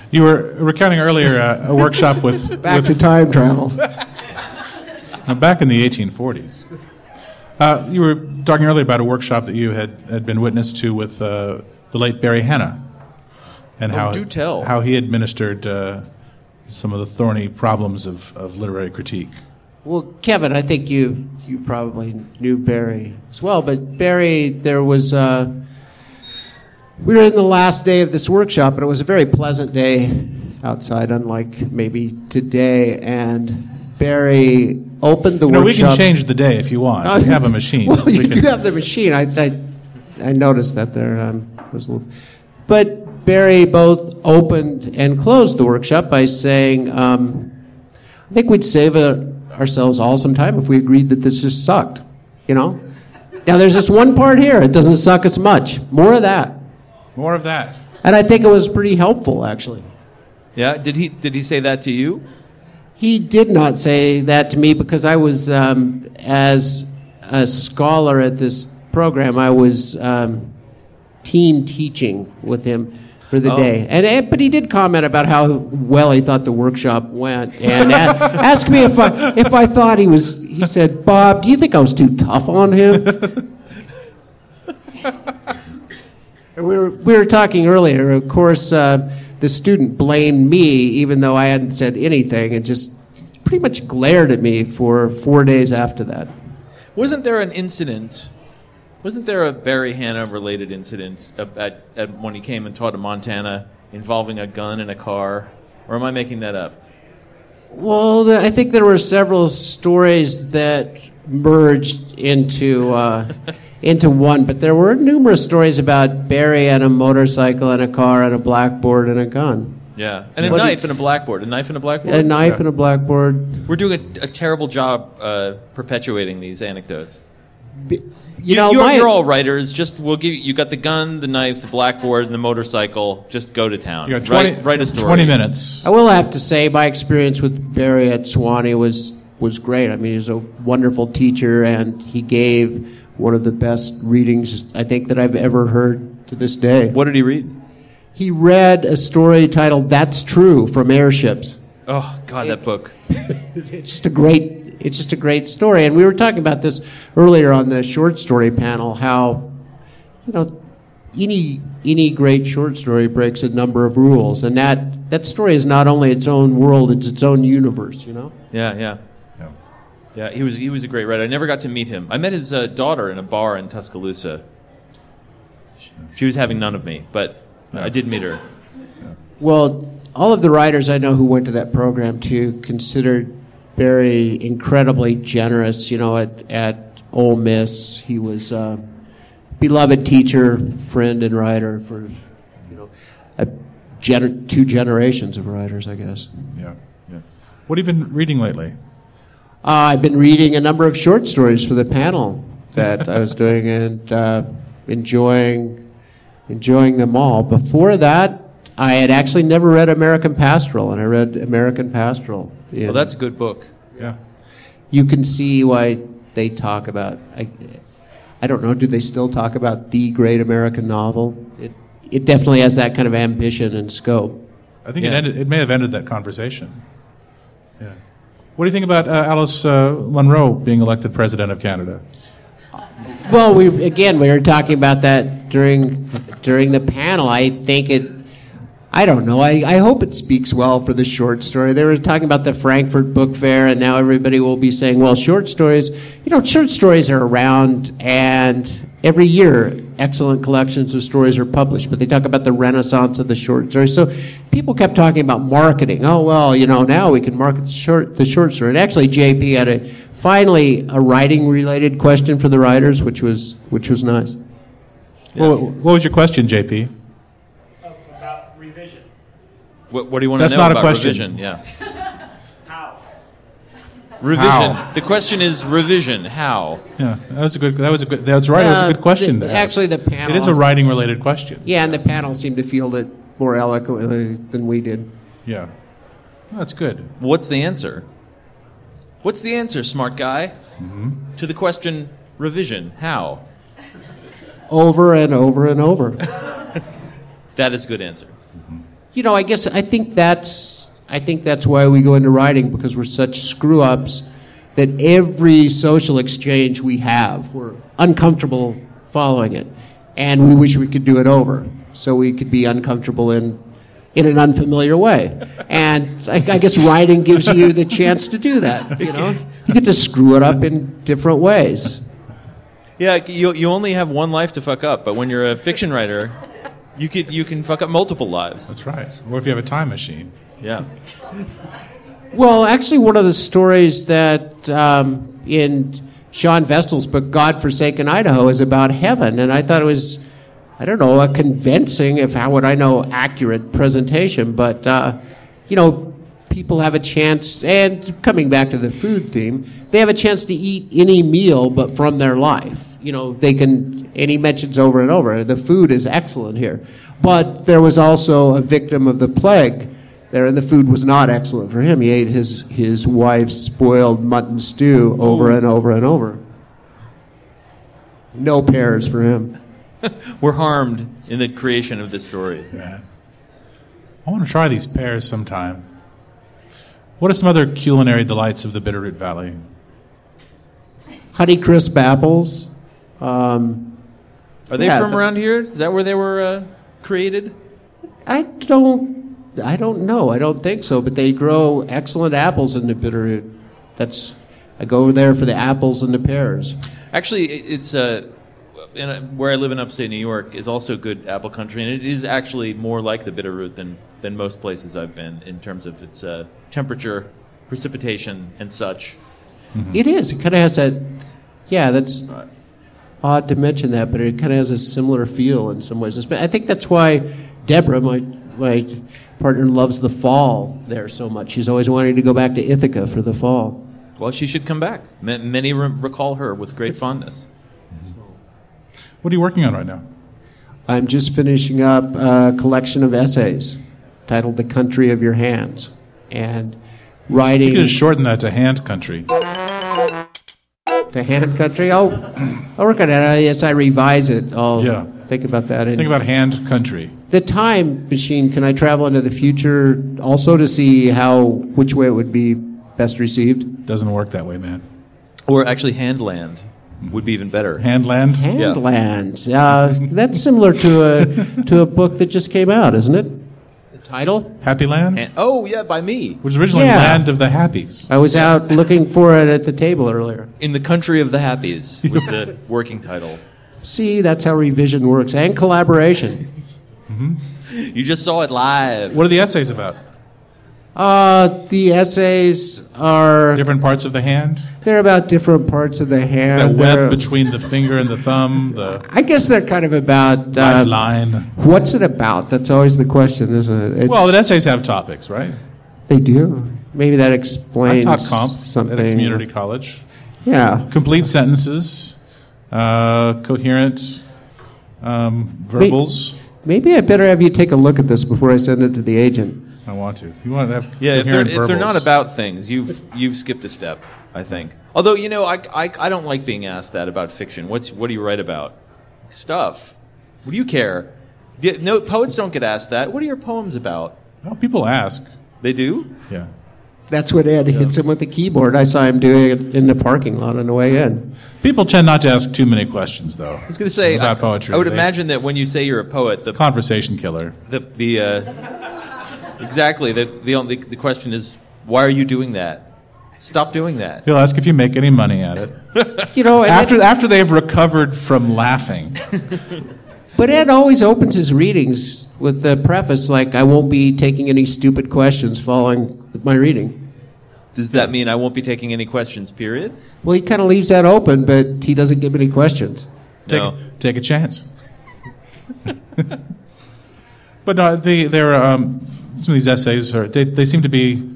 You were recounting earlier uh, a
[LAUGHS]
workshop with,
Back
with
to time travel.
Now, back in the 1840s, uh, you were talking earlier about a workshop that you had, had been witness to with uh, the late Barry Hanna, and how
Oh, do tell.
how he administered uh, some of the thorny problems of, of literary critique.
Well, Kevin, I think you you probably knew Barry as well, but Barry, there was uh, we were in the last day of this workshop, and it was a very pleasant day outside, unlike maybe today. And Barry opened the
No, we
workshop.
can change the day if you want.
Uh,
we have a machine.
[LAUGHS] Well,
We
you
can-
do have the machine. I, I, I noticed that there um, was a little. But Barry both opened and closed the workshop by saying, um, I think we'd save uh ourselves all some time if we agreed that this just sucked. You know? Now, there's this one part here. It doesn't suck as much. More of that.
More of that.
And I think it was pretty helpful, actually.
Yeah, did he did he say that to you?
He did not say that to me because I was, um, as a scholar at this program, I was um, team teaching with him for the day. And, and but he did comment about how well he thought the workshop went, and a- asked me if I if I thought he was. He said, "Bob, do you think I was too tough on him?" And We were, we were talking earlier, of course, uh, the student blamed me, even though I hadn't said anything, and just pretty much glared at me for four days after that.
Wasn't there an incident? Wasn't there a Barry Hanna related incident ab- at, at when he came and taught in Montana involving a gun and a car? Or am I making that up?
Well, the, I think there were several stories that merged into uh, into one. But there were numerous stories about Barry and a motorcycle and a car and a blackboard and a gun,
Yeah, and a
What do you-
knife and a blackboard. A knife and a blackboard.
a knife and a blackboard.
We're doing a, a terrible job uh, perpetuating these anecdotes.
You, know,
you're,
my,
you're all writers. Just we'll give you. You got the gun, the knife, the blackboard, and the motorcycle. Just go to town.
You got 20,
write, write a story.
20 minutes.
I will have to say my experience with Barry at Swanee was was great. I mean, he was a wonderful teacher, and he gave one of the best readings I think that I've ever heard to this day.
What did he read?
He read a story titled "That's True" from Airships.
Oh God, that book.
it's just a great it's just a great story and we were talking about this earlier on the short story panel how you know any any great short story breaks a number of rules and that that story is not only its own world it's its own universe you know
Yeah, yeah,
Yeah.
yeah. He was he was a great writer. I never got to meet him. I met his uh, daughter in a bar in Tuscaloosa. She was having none of me, but I did meet her.
well all of the writers i know who went to that program too considered very incredibly generous you know at at Ole Miss he was a beloved teacher friend and writer for you know, a gener- two generations of writers, I guess.
Yeah. yeah. What have you been reading lately?
Uh, I've been reading a number of short stories for the panel that I was doing and uh, enjoying enjoying them all. Before that, I had actually never read American Pastoral, and I read American Pastoral.
Well, that's a good book.
Yeah.
you can see why they talk about. I, I don't know. Do they still talk about the great American novel? It it definitely has that kind of ambition and scope.
I think it,
Yeah.
ended, it may have ended that conversation. Yeah. What do you think about uh, Alice uh, Monroe being elected president of Canada?
Well, we again we were talking about that during during the panel. I think it. I don't know. I, I hope it speaks well for the short story. They were talking about the Frankfurt Book Fair, and now everybody will be saying, "Well, short stories. You know, short stories are around, and every year, excellent collections of stories are published." But they talk about the renaissance of the short story. So people kept talking about marketing. Oh well, you know, now we can market short the short story. And actually, JP had a finally a writing related question for the writers which was which was nice
What, what was your question, JP?
about revision.
What, what do you want
That's
to know
not a
about revision?
question.
Yeah.
[LAUGHS]
How?
Revision.
How?
The question is revision. How?
Yeah, that was a good. That was a good. That's right. That was a
Uh,
good question.
the-
to ask.
actually, the panel-
It is a writing-related question.
yeah and the panel seemed to field it more eloquently than we did
Yeah. No, that's good.
What's the answer? What's the answer, smart guy? To the question revision. How?
over and over and over
That is good answer.
you know i guess i think that's i think that's why we go into writing because we're such screw ups that every social exchange we have we're uncomfortable following it and we wish we could do it over so we could be uncomfortable in in an unfamiliar way and I, I guess writing gives you the chance to do that you know you get to screw it up in different ways
Yeah, you, you only have one life to fuck up, but when you're a fiction writer, you could you can fuck up multiple lives.
That's right. Or if you have a time machine.
Yeah.
Well, actually, one of the stories that um, in Sean Vestal's book, God Forsaken Idaho, is about heaven. And I thought it was, I don't know, a convincing, if how would I know, accurate presentation. But, uh, you know, people have a chance, and coming back to the food theme, they have a chance to eat any meal but from their life. You know, they can, and he mentions over and over, the food is excellent here. But there was also a victim of the plague there, and the food was not excellent for him. He ate his, his wife's spoiled mutton stew over and over and over. No pears for him.
We're harmed in the creation of this story.
Yeah. I want to try these pears sometime. What are some other culinary delights of the Bitterroot Valley?
Honeycrisp apples. Um,
Are they
Yeah,
from
the-
around here? Is that where they were uh, created?
I don't, I don't know. I don't think so. But they grow excellent apples in the Bitterroot. That's, I go over there for the apples and the pears.
Actually, i- it's uh, in a, where I live in upstate New York is also good apple country, and it is actually more like the Bitterroot than than most places I've been in terms of its uh, temperature, precipitation, and such.
It is. It kind of has that. Yeah, that's odd to mention that, but it kind of has a similar feel in some ways. It's- I think that's why Deborah, my my partner, loves the fall there so much. She's always wanting to go back to Ithaca for the fall.
Well, she should come back. Ma- Many re- recall her with great fondness.
What are you working on right now?
I'm just finishing up a collection of essays titled "The Country of Your Hands" and writing
You could just shorten that to hand country.
to hand country. Oh, I'll work on it as I revise it. I'll
Yeah.
think about that. And
Think about hand country.
the time machine. Can I travel into the future also to see how which way it would be best received?
Doesn't work that way, man.
Or actually, Handland would be even better.
Hand land?
Yeah.
Handland. Uh, that's similar to a to a book that just came out, isn't it? The title.
Happy land?
Han- oh, yeah, by me.
Which was originally
Yeah.
land of the
Uh,
happies.
I was out looking for it at the table earlier.
In the Country of the Happies was the working title.
See, that's how revision works and collaboration.
You just saw it live.
What are the essays about?
Uh, the essays are
Different parts of the hand?
they're about different parts of the
That
hand. They're-
web between the finger and the thumb, the
I guess they're kind of about uh,
lifeline.
what's it about? That's always the question, isn't it? It's,
Well, the essays have topics, right?
they do. Maybe that
I
explains
taught comp
something.
at a community college.
Yeah,
Complete sentences, uh, coherent um, verbals.
maybe I better have you take a look at this before I send it to the agent.
I want to. You want to have
Yeah, if they're,
coherent
if they're not
verbals.
about things, you've you've skipped a step, I think. Although you know, I, I, I don't like being asked that about fiction. What's what do you write about? Stuff. What do you care? Yeah, No poets don't get asked that. What are your poems about?
Well, people ask.
They do.
Yeah.
That's what Ed hits him with the keyboard. I saw him doing it in the parking lot on the way in.
People tend not to ask too many questions, though.
I was going to say
It's not
I-
poetry.
I would
They-
imagine that when you say you're a poet, the
Conversation killer.
the, the uh, exactly the the only the question is why are you doing that? Stop doing that.
He'll ask if you make any money at it.
You know, and
after after they've recovered from laughing.
But Ed always opens his readings with the preface like, "I won't be taking any stupid questions following my reading."
Does that mean I won't be taking any questions? Period.
Well, he kind of leaves that open, but he doesn't give any questions.
Take,
No.
take a chance. [LAUGHS] but no, they, they're, um, some of these essays are they, they seem to be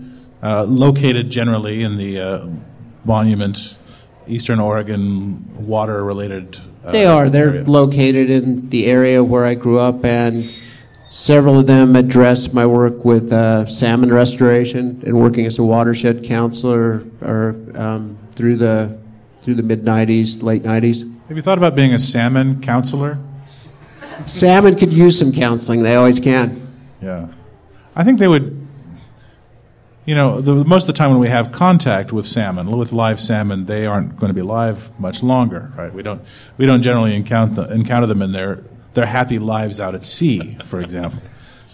uh, located generally in the uh, monument, Eastern Oregon water related. Uh,
They are. They're
area.
located in the area where I grew up, and several of them address my work with uh, salmon restoration and working as a watershed counselor or um, through the through the mid '90s, late '90s.
Have you thought about being a salmon counselor?
Salmon could use some counseling. They always can.
Yeah. I think they would. You know, the, most of the time when we have contact with salmon, with live salmon, they aren't going to be live much longer, right? We don't we don't generally encounter encounter them in their their happy lives out at sea, for example.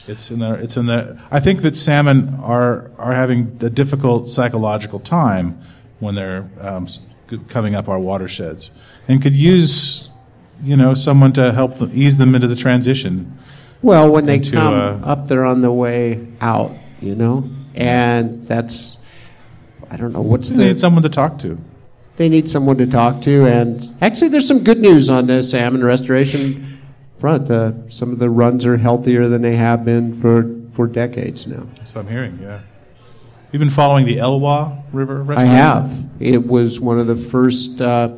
It's in their it's in the. I think that salmon are are having a difficult psychological time when they're um, s- coming up our watersheds, and could use you know someone to help them ease them into the transition.
Well, when they
Into,
come
uh,
up, they're on the way out, you know, and that's I don't know what's
They need
the
someone to talk to.
they need someone to talk to, and actually, there's some good news on the salmon restoration front. Uh, some of the runs are healthier than they have been for for decades now.
So I'm hearing, yeah. You've been following the Elwha River
I
restaurant?
have. It was one of the first uh,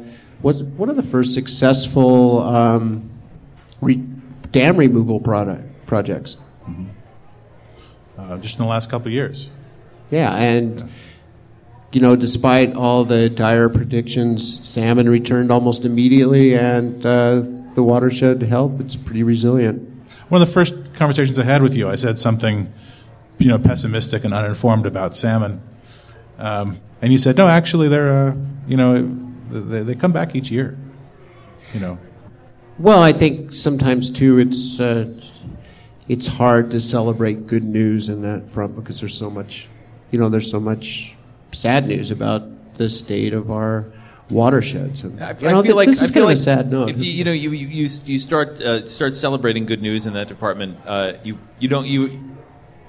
was one of the first successful um, re- dam removal product projects.
Uh, just in the last couple of years.
Yeah, and you know, despite all the dire predictions, salmon returned almost immediately, and uh, the watershed held. It's pretty resilient.
One of the first conversations I had with you, I said something, you know, pessimistic and uninformed about salmon. Um, and you said, no, actually, they're, uh, you know, they, they come back each year. You
[LAUGHS]
know,
Well, I think sometimes too, it's uh, it's hard to celebrate good news in that front because there's so much, you know, there's so much sad news about the state of our watersheds. And,
I,
you
I
know,
feel
th-
like
this
I
is
feel
kind
like
of a sad note.
if you, you know, you you you, s- you start uh, start celebrating good news in that department. Uh, you you don't you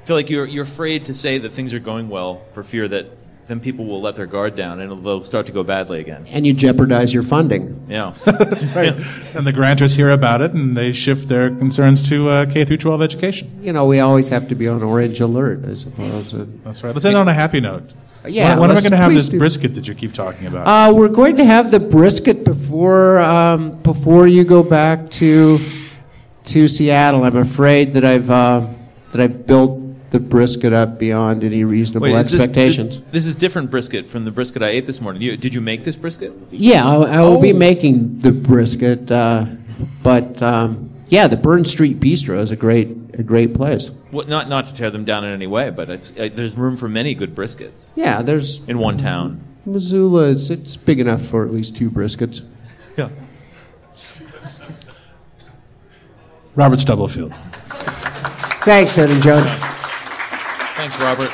feel like you're you're afraid to say that things are going well for fear that then people will let their guard down and they'll start to go badly again.
And you jeopardize your funding.
Yeah.
Right. and the grantors hear about it and they shift their concerns to uh, K through 12 education.
You know, we always have to be on orange alert, I suppose.
That's right. Let's end on a happy note.
Yeah,
When, when am I
let's-
going to have
please
this
do.
brisket that you keep talking about?
Uh, we're going to have the brisket before um, before you go back to to Seattle. I'm afraid that I've uh, that I've built the brisket up beyond any reasonable
[LAUGHS] Wait, is this-
expectations.
This, this is different brisket from the brisket I ate this morning. You, did you make this brisket?
Yeah, I, I will
Oh.
be making the brisket, uh, but um, yeah, the Burn Street Bistro is a great a great place.
Well, not not to tear them down in any way, but it's, uh, there's room for many good briskets
Yeah, there's
in one town.
Missoula. It's, it's big enough for at least two briskets.
Yeah.
Robert Stubblefield.
Thanks, Ed and Joan.
Thanks, Robert.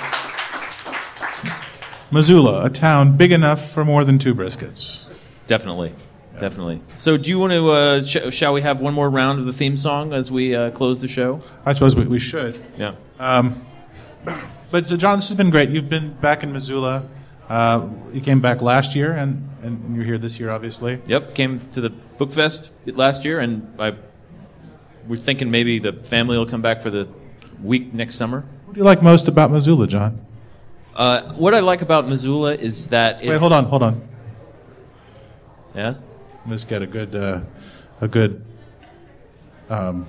Missoula, a town big enough for more than two briskets.
Definitely. Definitely. So, do you want to? Uh, sh- shall we have one more round of the theme song as we uh, close the show?
I suppose we, we should.
Yeah.
But so, John, this has been great. You've been back in Missoula. Uh, you came back last year, and, and you're here this year, obviously.
Yep. Came to the book fest last year, and I we're thinking maybe the family will come back for the week next summer.
What do you like most about Missoula, John?
Uh, what I like about Missoula is that it,
Wait, hold on, hold on.
yes.
Let's get a good, uh, a good, um,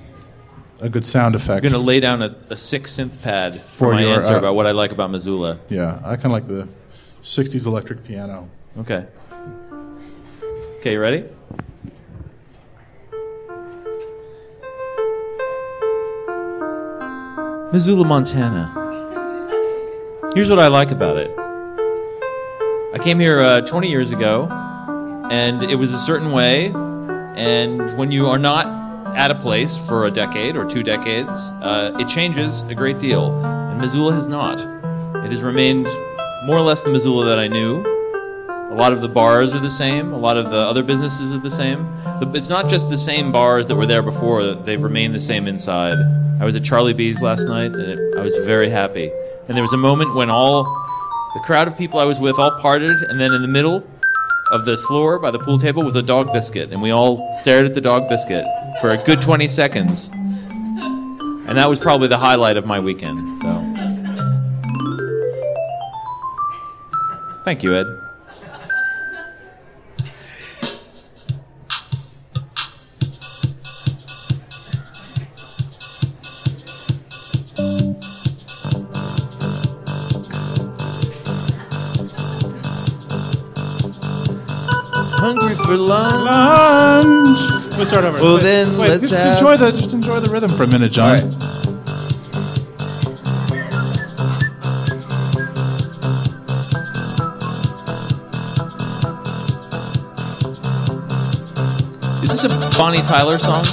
a good sound effect.
I'm gonna lay down a, a six synth pad for,
For
my
your,
answer
uh,
about what I like about Missoula.
yeah, I kind of like the '60s electric piano.
Okay. Okay, you ready? Missoula, Montana. Here's what I like about it. I came here uh, 20 years ago, and it was a certain way. And when you are not at a place for a decade or two decades, uh, it changes a great deal. And Missoula has not. It has remained more or less the Missoula that I knew. A lot of the bars are the same. A lot of the other businesses are the same. The, it's not just the same bars that were there before. They've remained the same inside. I was at Charlie B's last night, and it, I was very happy. And there was a moment when all the crowd of people I was with all parted, and then in the middle of the floor by the pool table was a dog biscuit, and we all stared at the dog biscuit for a good 20 seconds. And that was probably the highlight of my weekend. So, thank you, Ed. Hungry for lunch.
Lunch. We'll start over.
Well, then,
wait,
let's
just
have-
enjoy the just enjoy the rhythm for a minute, John.
Is this a Bonnie Tyler song?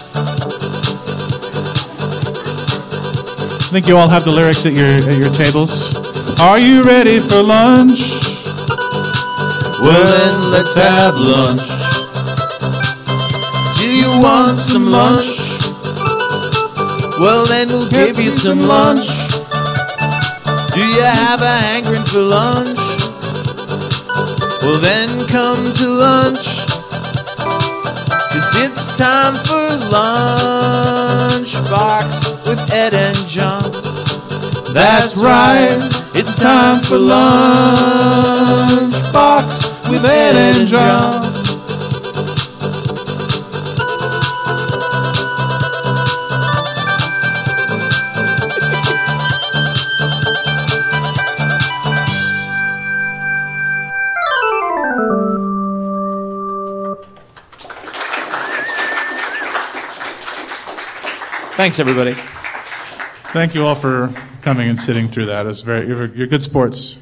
I think you all have the lyrics at your at your tables. Are you ready for lunch?
Well, then let's have lunch. Do you want some lunch? Well, then we'll give you some lunch. Do you have a hankering for lunch? Well, then come to lunch. Cause it's time for Lunchbox with Ed and John. That's right, it's time for Lunchbox with Ed and John. Thanks, everybody.
Thank you all for coming and sitting through that. It's very you're, you're good sports.